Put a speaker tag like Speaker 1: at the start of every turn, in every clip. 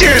Speaker 1: your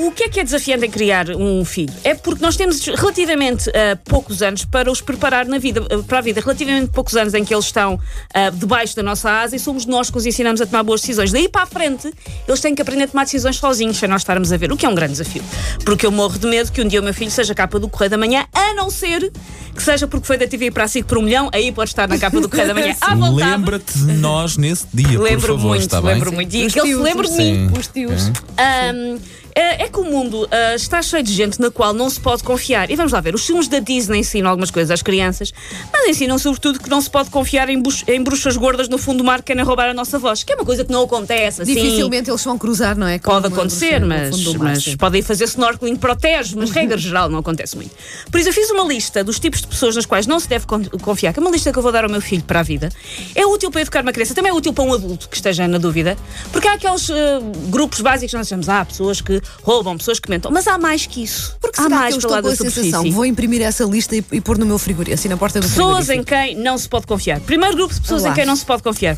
Speaker 2: uh, o que é que é desafiante em criar um filho? É porque nós temos relativamente uh, poucos anos para os preparar na vida, uh, para a vida, relativamente poucos anos em que eles estão uh, debaixo da nossa asa e somos nós que os ensinamos a tomar boas decisões. Daí para a frente, eles têm que aprender a tomar decisões sozinhos, sem nós estarmos a ver, o que é um grande desafio. Porque eu morro de medo que um dia o meu filho seja capa do Correio da Manhã, a não ser que seja porque foi da TV para a SIC por um milhão, aí pode estar na capa do Correio da Manhã à vontade.
Speaker 3: Lembra-te de nós nesse dia, por
Speaker 2: Lembro
Speaker 3: favor,
Speaker 2: muito,
Speaker 3: está bem?
Speaker 2: lembro muito. E que ele se lembre de mim. Assim,
Speaker 3: Sim.
Speaker 4: Os tios.
Speaker 2: Ahm, é é que o mundo ah, está cheio de gente na qual não se pode confiar. E vamos lá ver, os filmes da Disney ensinam algumas coisas às crianças, mas ensinam sobretudo que não se pode confiar em, bux- em bruxas gordas no fundo do mar que querem roubar a nossa voz, que é uma coisa que não acontece assim.
Speaker 4: Dificilmente eles vão cruzar, não é? Com
Speaker 2: Pode
Speaker 4: uma
Speaker 2: acontecer,
Speaker 4: bruxa no
Speaker 2: mas,
Speaker 4: fundo do mar,
Speaker 2: mas
Speaker 4: sim.
Speaker 2: podem fazer snorkeling, protege, mas regra geral não acontece muito. Por isso, eu fiz uma lista dos tipos de pessoas nas quais não se deve con- confiar, que é uma lista que eu vou dar ao meu filho para a vida. É útil para educar uma criança, também é útil para um adulto que esteja na dúvida, porque há aqueles eh, grupos básicos que nós chamamos, há pessoas que roubam, pessoas que mentam, mas há mais que isso.
Speaker 4: Porque
Speaker 2: há
Speaker 4: será
Speaker 2: mais
Speaker 4: que eu
Speaker 2: para lá
Speaker 4: estou com
Speaker 2: da
Speaker 4: a sensação?
Speaker 2: superfície.
Speaker 4: Vou imprimir essa lista e, e pôr no meu frigorífico, assim na porta do
Speaker 2: Pessoas em
Speaker 4: frigorífico.
Speaker 2: quem não se pode confiar. Primeiro grupo de pessoas
Speaker 4: Olá.
Speaker 2: em quem não se pode confiar.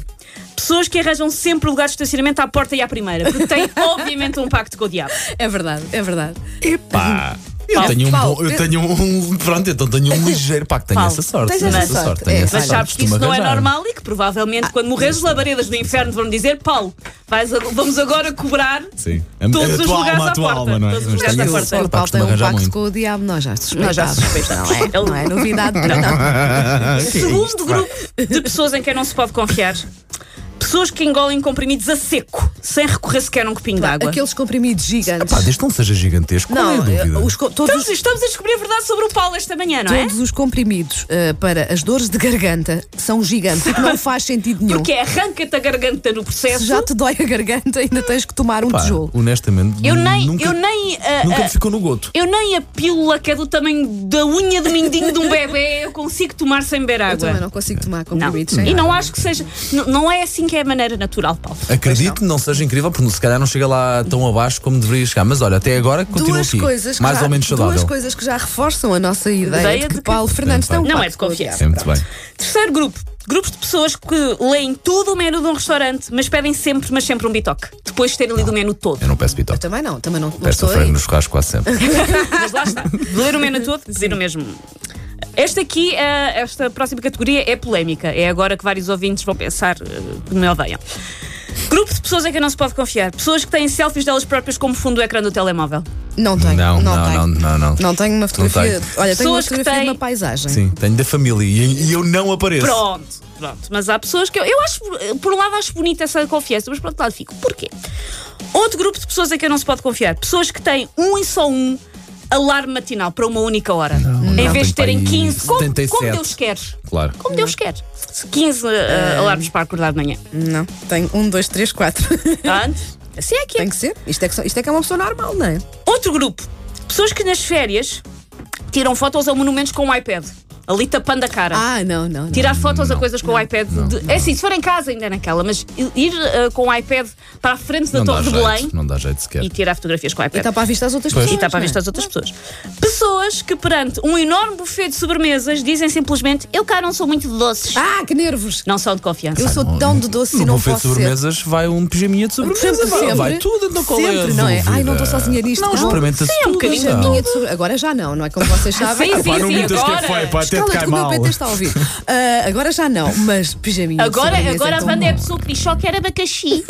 Speaker 2: Pessoas que arranjam sempre lugar de estacionamento à porta e à primeira, porque têm obviamente um pacto com o diabo.
Speaker 4: É verdade, é verdade.
Speaker 3: Pá, eu
Speaker 2: Paulo,
Speaker 3: tenho um
Speaker 4: Paulo,
Speaker 3: bom, eu
Speaker 4: eu-
Speaker 3: tenho um, pronto, então tenho um ligeiro, pá, que tenho
Speaker 2: Paulo,
Speaker 3: essa sorte,
Speaker 4: tens
Speaker 3: tenho
Speaker 4: essa
Speaker 3: essa
Speaker 4: sorte,
Speaker 3: sorte,
Speaker 4: é.
Speaker 3: tenho essa
Speaker 2: Mas
Speaker 3: sorte.
Speaker 2: sabes que isso
Speaker 3: costumo
Speaker 2: não é
Speaker 3: arranjar.
Speaker 2: normal e que provavelmente quando morreres as labaredas do inferno vão dizer Paulo, vais a- vamos agora cobrar
Speaker 3: Sim.
Speaker 2: todos os
Speaker 3: a tua
Speaker 2: lugares
Speaker 3: alma,
Speaker 2: à
Speaker 3: a tua
Speaker 2: porta.
Speaker 3: alma, não é?
Speaker 2: Todos os
Speaker 3: Mas
Speaker 2: lugares
Speaker 3: tenho
Speaker 2: à
Speaker 4: Se
Speaker 3: essa
Speaker 4: o
Speaker 2: porta.
Speaker 4: Sr. Paulo
Speaker 3: sorte, pá,
Speaker 4: tem
Speaker 3: costumo
Speaker 4: um
Speaker 3: arranjar
Speaker 4: pacto
Speaker 3: muito.
Speaker 4: com o diabo, nós já
Speaker 2: Nós
Speaker 4: suspeitávamos.
Speaker 2: já suspeitávamos.
Speaker 4: Não é, não é novidade para nós.
Speaker 2: Segundo grupo de pessoas em quem não se pode confiar. Pessoas que engolem comprimidos a seco, sem recorrer sequer a um copinho de água.
Speaker 4: Aqueles comprimidos gigantes.
Speaker 3: Pá, desde que não seja gigantesco, qual é a
Speaker 4: Não, eh,
Speaker 3: dúvida?
Speaker 4: os co- todos,
Speaker 2: Estamos, estamos a descobrir a verdade sobre o Paulo esta manhã, Então, não é?
Speaker 4: todos os comprimidos eh, para as dores de garganta são gigantes, o que não faz sentido nenhum.
Speaker 2: Porque é arranca-te a garganta no processo.
Speaker 4: Se já te dói a garganta, ainda tens que tomar um
Speaker 3: Pá,
Speaker 4: tijolo.
Speaker 3: honestamente,
Speaker 2: Eu nem,
Speaker 3: nunca,
Speaker 2: eu nem, ah,
Speaker 3: nunca
Speaker 2: ah,
Speaker 3: me ficou no goto.
Speaker 2: eu nem a pílula que é do tamanho da unha de mindinho de um bebê eu consigo tomar sem beber água.
Speaker 4: Eu também não consigo tomar
Speaker 2: Não.
Speaker 4: comprimidos. sem
Speaker 2: E
Speaker 4: água.
Speaker 2: não acho que seja. n- Não é assim que é a maneira natural, Paulo.
Speaker 3: Acredito que não seja incrível, porque se calhar não chega lá tão abaixo como deveria chegar. Mas olha, até agora continua
Speaker 4: Duas
Speaker 3: aqui.
Speaker 4: coisas,
Speaker 3: mais
Speaker 4: que já-
Speaker 3: ou menos saudável.
Speaker 4: duas coisas que já reforçam a nossa ideia,
Speaker 2: Ideia
Speaker 4: de que
Speaker 2: de que-
Speaker 4: Paulo Fernandes tem um
Speaker 2: Não é
Speaker 4: pacto
Speaker 2: de
Speaker 4: com o
Speaker 2: confiar.
Speaker 4: diabo.
Speaker 3: É muito bem.
Speaker 2: Terceiro grupo. Grupos de pessoas que leem tudo o menu de um restaurante, mas pedem sempre, mas sempre um bitoque. Depois de terem lido o menu todo.
Speaker 3: Eu não peço pitote.
Speaker 4: Também não, também não. é- não
Speaker 3: Peço
Speaker 4: estou
Speaker 3: frango
Speaker 4: aí.
Speaker 3: no churrasco um quase sempre.
Speaker 2: Mas lá está. De ler o menu todo, dizer o mesmo. Esta aqui, eh, esta próxima categoria é polémica. É agora que vários ouvintes vão pensar eh, que me odeiam. Grupo de pessoas em quem não se pode confiar. Pessoas que têm selfies delas próprias como fundo do ecrã do telemóvel.
Speaker 4: Não tenho.
Speaker 3: Não, não,
Speaker 4: tenho.
Speaker 3: não, não, não.
Speaker 4: Não tenho uma fotografia.
Speaker 3: Não tenho.
Speaker 4: Olha, tenho uma
Speaker 2: Pessoas que
Speaker 4: fotografia de
Speaker 2: têm-
Speaker 4: uma paisagem.
Speaker 3: Sim, tenho da família e, e eu não apareço.
Speaker 2: Pronto, pronto. Mas há pessoas que eu, eu acho, por- por um lado, acho bonita essa confiança, mas por outro lado, fico. Porquê? Outro grupo de pessoas em quem não se pode confiar. Pessoas que têm um e só um alarme matinal para uma única hora. em
Speaker 3: não,
Speaker 2: vez de
Speaker 3: tem
Speaker 2: terem
Speaker 3: para aí
Speaker 2: 15, como,
Speaker 3: 77.
Speaker 2: como Deus quer.
Speaker 3: Claro.
Speaker 2: Como é Deus
Speaker 4: Hum.
Speaker 2: quer. 15
Speaker 4: É.
Speaker 2: ah, alarmes para acordar de manhã.
Speaker 4: Não, tenho um, dois, três, quatro.
Speaker 2: Pronto. Assim é que é.
Speaker 4: Tem que ser. Isto é que, só- isto é que é uma pessoa normal, não é?
Speaker 2: Outro grupo. Pessoas que nas férias tiram fotos a monumentos com o iPad. Ali tapando a cara.
Speaker 4: Ah, não, não. não.
Speaker 2: Tirar fotos a coisas com o iPad. de- é assim, se for em casa ainda é naquela, mas ir eh, com o iPad para a frente da
Speaker 3: Não dá
Speaker 2: Torre de Belém
Speaker 3: jeito, não é? dá jeito sequer.
Speaker 2: e tirar fotografias com o
Speaker 4: E
Speaker 2: iPad.
Speaker 4: está para a vista às outras
Speaker 3: Pois.
Speaker 4: pessoas.
Speaker 2: E está para a
Speaker 4: não é?
Speaker 2: vista às outras pessoas. Pessoas que, perante um enorme buffet de sobremesas, dizem simplesmente: Eu cá não sou muito de doces.
Speaker 4: Ah, que nervos!
Speaker 2: Não são de confiança.
Speaker 4: Eu sou tão de doce
Speaker 3: no
Speaker 4: e não
Speaker 3: buffet de
Speaker 4: posso ser.
Speaker 3: sobremesas vai um pijaminha de sobremesa.
Speaker 4: Sempre,
Speaker 3: vai,
Speaker 4: sempre.
Speaker 3: vai tudo, não qual é a
Speaker 4: Sempre, não é?
Speaker 3: dúvida?
Speaker 4: Ai, não estou sozinha nisto,
Speaker 3: Não,
Speaker 4: não.
Speaker 3: experimenta-se
Speaker 2: Sim, é um
Speaker 3: tudo,
Speaker 2: bocadinho
Speaker 3: não.
Speaker 4: Minha de sobre- Agora já não, não é como vocês sabem.
Speaker 2: Sim, sim,
Speaker 3: Pá, não
Speaker 2: sim,
Speaker 3: mintas que é
Speaker 2: agora.
Speaker 3: feio, pá, até te
Speaker 4: Cala-te
Speaker 3: cai
Speaker 4: que o meu
Speaker 3: mal.
Speaker 4: PT está a ouvir. Ah, agora já não, mas pijaminha. de
Speaker 2: Agora,
Speaker 4: sobremesa
Speaker 2: agora
Speaker 4: é
Speaker 2: a
Speaker 4: tão
Speaker 2: banda é a
Speaker 4: bom.
Speaker 2: pessoa que diz só quer abacaxi.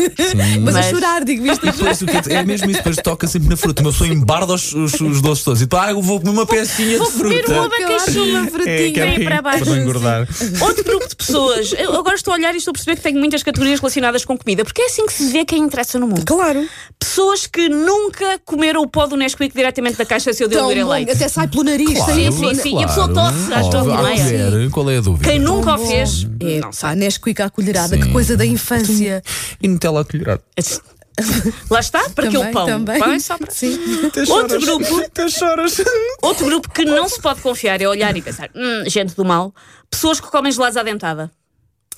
Speaker 4: Mas a
Speaker 2: Mas-
Speaker 4: chorar, digo isto.
Speaker 3: E depois o que é que- é mesmo isso, depois toca sempre na fruta. Uma pessoa embarda os, os, os doces todos e pá, eu vou comer uma pecinha de
Speaker 2: comer
Speaker 3: fruta.
Speaker 2: um abacaxi.
Speaker 4: Claro, uma frutinha.
Speaker 2: que é Vem para baixo.
Speaker 3: não engordar.
Speaker 2: Outro grupo de pessoas. Eu agora estou a olhar e estou a perceber que tenho muitas categorias relacionadas com comida, porque é assim que se vê quem interessa no mundo.
Speaker 4: Claro.
Speaker 2: Pessoas que nunca comeram o pó do Nesquik diretamente da caixa se eu
Speaker 4: Tão
Speaker 2: diluir em
Speaker 4: bom,
Speaker 2: leite.
Speaker 4: Até sai pelo nariz.
Speaker 3: Claro,
Speaker 2: Sim,
Speaker 4: sai-
Speaker 2: sim, sim. E a pessoa
Speaker 3: claro.
Speaker 2: tosse às
Speaker 3: Ó,
Speaker 2: nove e
Speaker 3: há que
Speaker 2: meia.
Speaker 3: ver, Qual é a dúvida?
Speaker 2: Quem nunca o
Speaker 4: Bom.
Speaker 2: fez.
Speaker 4: É,
Speaker 2: Não sei.
Speaker 4: pá, Nesquik à colherada, que
Speaker 3: Sim.
Speaker 4: coisa da infância.
Speaker 3: E Nutella a colher.
Speaker 2: Lá está, para que
Speaker 4: também,
Speaker 2: o pão?
Speaker 4: Também.
Speaker 2: Pão é só para-
Speaker 4: Sim.
Speaker 2: Outro grupo,
Speaker 3: Até choras.
Speaker 2: outro grupo que não se pode confiar é olhar e pensar, "Hum, gente do mal, pessoas que comem gelados à dentada.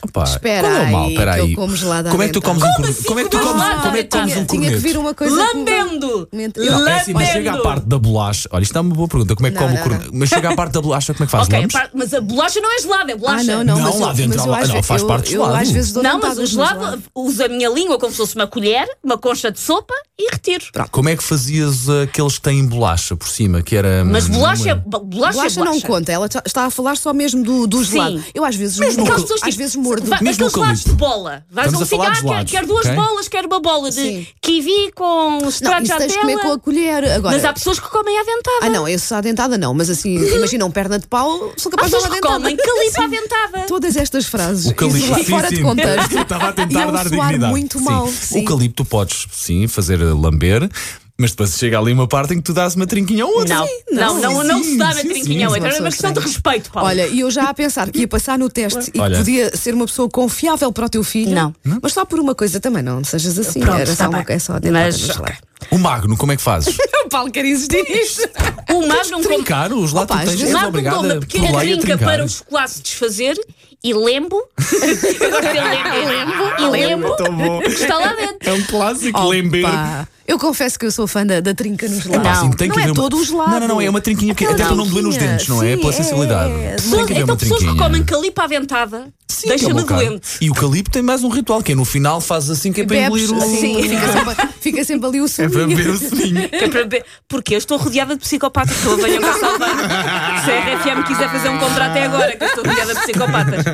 Speaker 3: Opa,
Speaker 4: Espera
Speaker 3: qual é o mal?
Speaker 4: aí,
Speaker 3: Espera
Speaker 4: que eu
Speaker 3: aí.
Speaker 4: como gelado à
Speaker 3: Como é que tu
Speaker 4: menta.
Speaker 3: comes um
Speaker 4: Como
Speaker 3: corneto?
Speaker 4: assim
Speaker 3: Como é que tu
Speaker 4: como
Speaker 3: comes,
Speaker 4: gelado à
Speaker 3: como é que tu
Speaker 2: menta?
Speaker 3: comes um
Speaker 4: Tinha que
Speaker 3: corneto?
Speaker 4: vir uma coisa.
Speaker 2: Lambendo!
Speaker 4: Mentira.
Speaker 3: Não, é assim,
Speaker 2: Lambendo!
Speaker 3: mas chega à parte da bolacha. Olha, isto é uma boa pergunta. Como é que
Speaker 4: Não,
Speaker 3: come
Speaker 4: não,
Speaker 3: o corneto? Mas chega à parte da bolacha, como é que faz?
Speaker 2: Ok,
Speaker 3: Lamos?
Speaker 2: pá, mas a bolacha não é gelada, é
Speaker 4: Ah,
Speaker 2: bolacha.
Speaker 4: não, não, é
Speaker 3: Não,
Speaker 4: mas
Speaker 3: lá
Speaker 4: eu-
Speaker 3: dentro
Speaker 4: mas
Speaker 3: há
Speaker 4: eu
Speaker 3: lá-
Speaker 4: acho-
Speaker 3: não, faz
Speaker 4: eu-
Speaker 3: parte do
Speaker 4: eu
Speaker 3: gelado.
Speaker 4: às vezes dou
Speaker 2: Não, mas o
Speaker 4: dentadas no
Speaker 2: gelado usa a minha língua como se fosse uma colher, uma concha de sopa e retiro.
Speaker 3: Como é que fazias aqueles que têm bolacha por cima? Que era.
Speaker 2: Mas
Speaker 3: hum,
Speaker 2: bolacha,
Speaker 3: uma-
Speaker 2: bo- bolacha, é
Speaker 4: Bolacha não
Speaker 2: bolacha.
Speaker 4: conta, ela tá- está a falar só mesmo do, do gelado. Eu às vezes
Speaker 3: Mesmo
Speaker 4: mordo,
Speaker 2: Aquelas
Speaker 3: Aquelas
Speaker 2: pessoas,
Speaker 4: às
Speaker 2: tipo,
Speaker 4: vezes mordo.
Speaker 2: va-
Speaker 3: Mesmo
Speaker 2: aqueles
Speaker 3: o
Speaker 2: lados de
Speaker 3: eucalipto.
Speaker 2: bola. Vais a
Speaker 3: Estamos
Speaker 2: um
Speaker 3: a falar
Speaker 2: sítio, ah,
Speaker 3: dos
Speaker 2: quer,
Speaker 3: lados,
Speaker 2: quer duas
Speaker 3: ok?
Speaker 2: bolas, quer uma bola de
Speaker 4: Sim.
Speaker 2: kiwi com
Speaker 4: Não,
Speaker 2: extrato de
Speaker 4: isso tens que
Speaker 2: janela.
Speaker 4: comer com a colher. Agora,
Speaker 2: Mas há pessoas que comem à dentada.
Speaker 4: Ah, não, esse à dentada não, mas assim, imagina um perna de pau,
Speaker 2: há
Speaker 4: sou capaz de
Speaker 2: pessoas
Speaker 4: dar à
Speaker 2: que
Speaker 4: dentada.
Speaker 2: comem calipa à
Speaker 4: Sim.
Speaker 2: dentada.
Speaker 4: Todas estas frases
Speaker 3: O calipto,
Speaker 4: isso,
Speaker 3: sim,
Speaker 4: fora de
Speaker 3: sim.
Speaker 4: contexto.
Speaker 3: Eu Estava a tentar
Speaker 4: Iam soar
Speaker 3: dar dignidade.
Speaker 4: muito
Speaker 3: Sim.
Speaker 4: mal, sim.
Speaker 3: O calipto podes, sim, fazer eh, lamber, mas depois chega ali uma parte em que tu dás uma trinquinha ou outra.
Speaker 2: Não,
Speaker 3: Sim,
Speaker 2: não,
Speaker 3: sim,
Speaker 2: não,
Speaker 3: sim,
Speaker 2: não se dá na
Speaker 3: sim,
Speaker 2: trinquinha
Speaker 3: sim.
Speaker 2: outra. Era
Speaker 4: Uma
Speaker 2: é uma
Speaker 4: pessoa
Speaker 2: questão de
Speaker 4: estranha.
Speaker 2: respeito, Paulo.
Speaker 4: Olha, e eu já a pensar que ia passar no teste e
Speaker 3: Olha.
Speaker 4: que podia ser uma pessoa confiável para o teu filho.
Speaker 2: Não.
Speaker 4: Mas só por uma coisa também, não sejas assim.
Speaker 2: Pronto,
Speaker 4: Era
Speaker 2: está
Speaker 4: só uma
Speaker 2: bem.
Speaker 4: coisa, só a dentada
Speaker 2: Mas,
Speaker 4: no gelado.
Speaker 3: O magno, como é que fazes?
Speaker 4: O Paulo quer existir isto.
Speaker 2: o magro não come
Speaker 3: Trincar, os lá tu
Speaker 4: Opa, às
Speaker 3: tens
Speaker 4: vezes-
Speaker 3: és
Speaker 2: Magno
Speaker 3: obrigada
Speaker 2: dou uma
Speaker 3: por
Speaker 2: pequena
Speaker 3: lei a
Speaker 2: trinca
Speaker 3: trincar.
Speaker 2: para o chocolate se desfazer e lembo. Eu gosto de dizer lembo, e lembo, e lembo.
Speaker 3: Ah, Tão bom.
Speaker 2: Está lá dentro.
Speaker 3: É um clássico lember.
Speaker 4: Pá, eu confesso que eu sou fã da, da trinca no gelado.
Speaker 3: Pá,
Speaker 2: Não.
Speaker 3: assim, tem que
Speaker 4: é
Speaker 3: haver uma-
Speaker 4: todo o gelado.
Speaker 3: Não, não, não, é uma trinquinha que
Speaker 4: Aquela
Speaker 3: até para não doer nos
Speaker 4: trinquinha,
Speaker 3: dentes, não é?
Speaker 4: sim,
Speaker 3: Pela sensibilidade.
Speaker 4: é.
Speaker 3: Tem que haver
Speaker 2: então,
Speaker 3: uma
Speaker 2: pessoas que
Speaker 3: trinquinha.
Speaker 2: comem calipa à dentada,
Speaker 3: Sim, que é
Speaker 2: deixa-me
Speaker 3: um bocado.
Speaker 2: doente.
Speaker 3: E o calipto tem mais um ritual, que é no final faz assim, que é para
Speaker 4: Bebes,
Speaker 3: engolir o.
Speaker 4: sim, fica, sempre, fica sempre ali o
Speaker 3: É para
Speaker 4: suminho.
Speaker 3: beber o sininho.
Speaker 2: Que é para ver- Porque eu estou rodeada de psicopatas que eu venham cá salvar. Se a RFM quiser fazer um contrato é agora, que eu estou rodeada de psicopatas.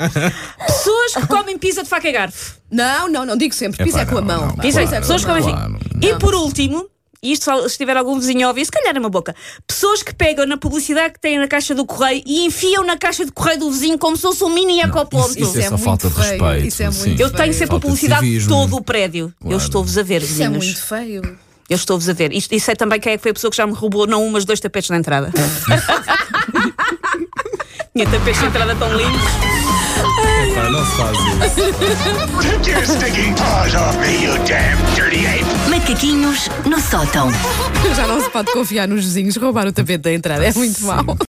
Speaker 2: Pessoas que comem pizza de faca e garfo.
Speaker 4: Não, não, não digo sempre. Pisa
Speaker 3: Epá,
Speaker 4: é com a
Speaker 3: não,
Speaker 4: mão.
Speaker 3: não,
Speaker 4: Pisa
Speaker 2: Dizem
Speaker 3: Claro,
Speaker 2: pessoas que comem
Speaker 3: claro.
Speaker 2: E por último. e Isto, se se tiver algum vizinho a ouvir, se calhar é uma boca. Pessoas que pegam na publicidade que têm na caixa do correio e enfiam na caixa do correio do vizinho como se fosse um mini ecoponto.
Speaker 3: Isso, isso é
Speaker 4: é
Speaker 3: só
Speaker 4: muito
Speaker 3: falta de
Speaker 4: feio,
Speaker 3: respeito.
Speaker 4: isso é muito
Speaker 3: sim.
Speaker 4: feio.
Speaker 2: Eu tenho sempre a
Speaker 3: Falta de
Speaker 2: publicidade de
Speaker 3: civismo.
Speaker 2: todo o prédio. Eu
Speaker 3: Claro.
Speaker 2: estou-vos a ver,
Speaker 4: Isso é
Speaker 2: vizinhos.
Speaker 4: muito feio.
Speaker 2: Eu estou-vos a ver. Isto, isso é também quem é que foi a pessoa que já me roubou, não um, mas dois tapetes na entrada. Tinha tapetes na entrada tão lindos.
Speaker 3: Epá, não se faz isso.
Speaker 1: Take your stinking paws off me, you damn dirty ape!
Speaker 5: Macaquinhos no sótão.
Speaker 4: Já não se pode confiar nos vizinhos, roubar o tapete da entrada é muito mau.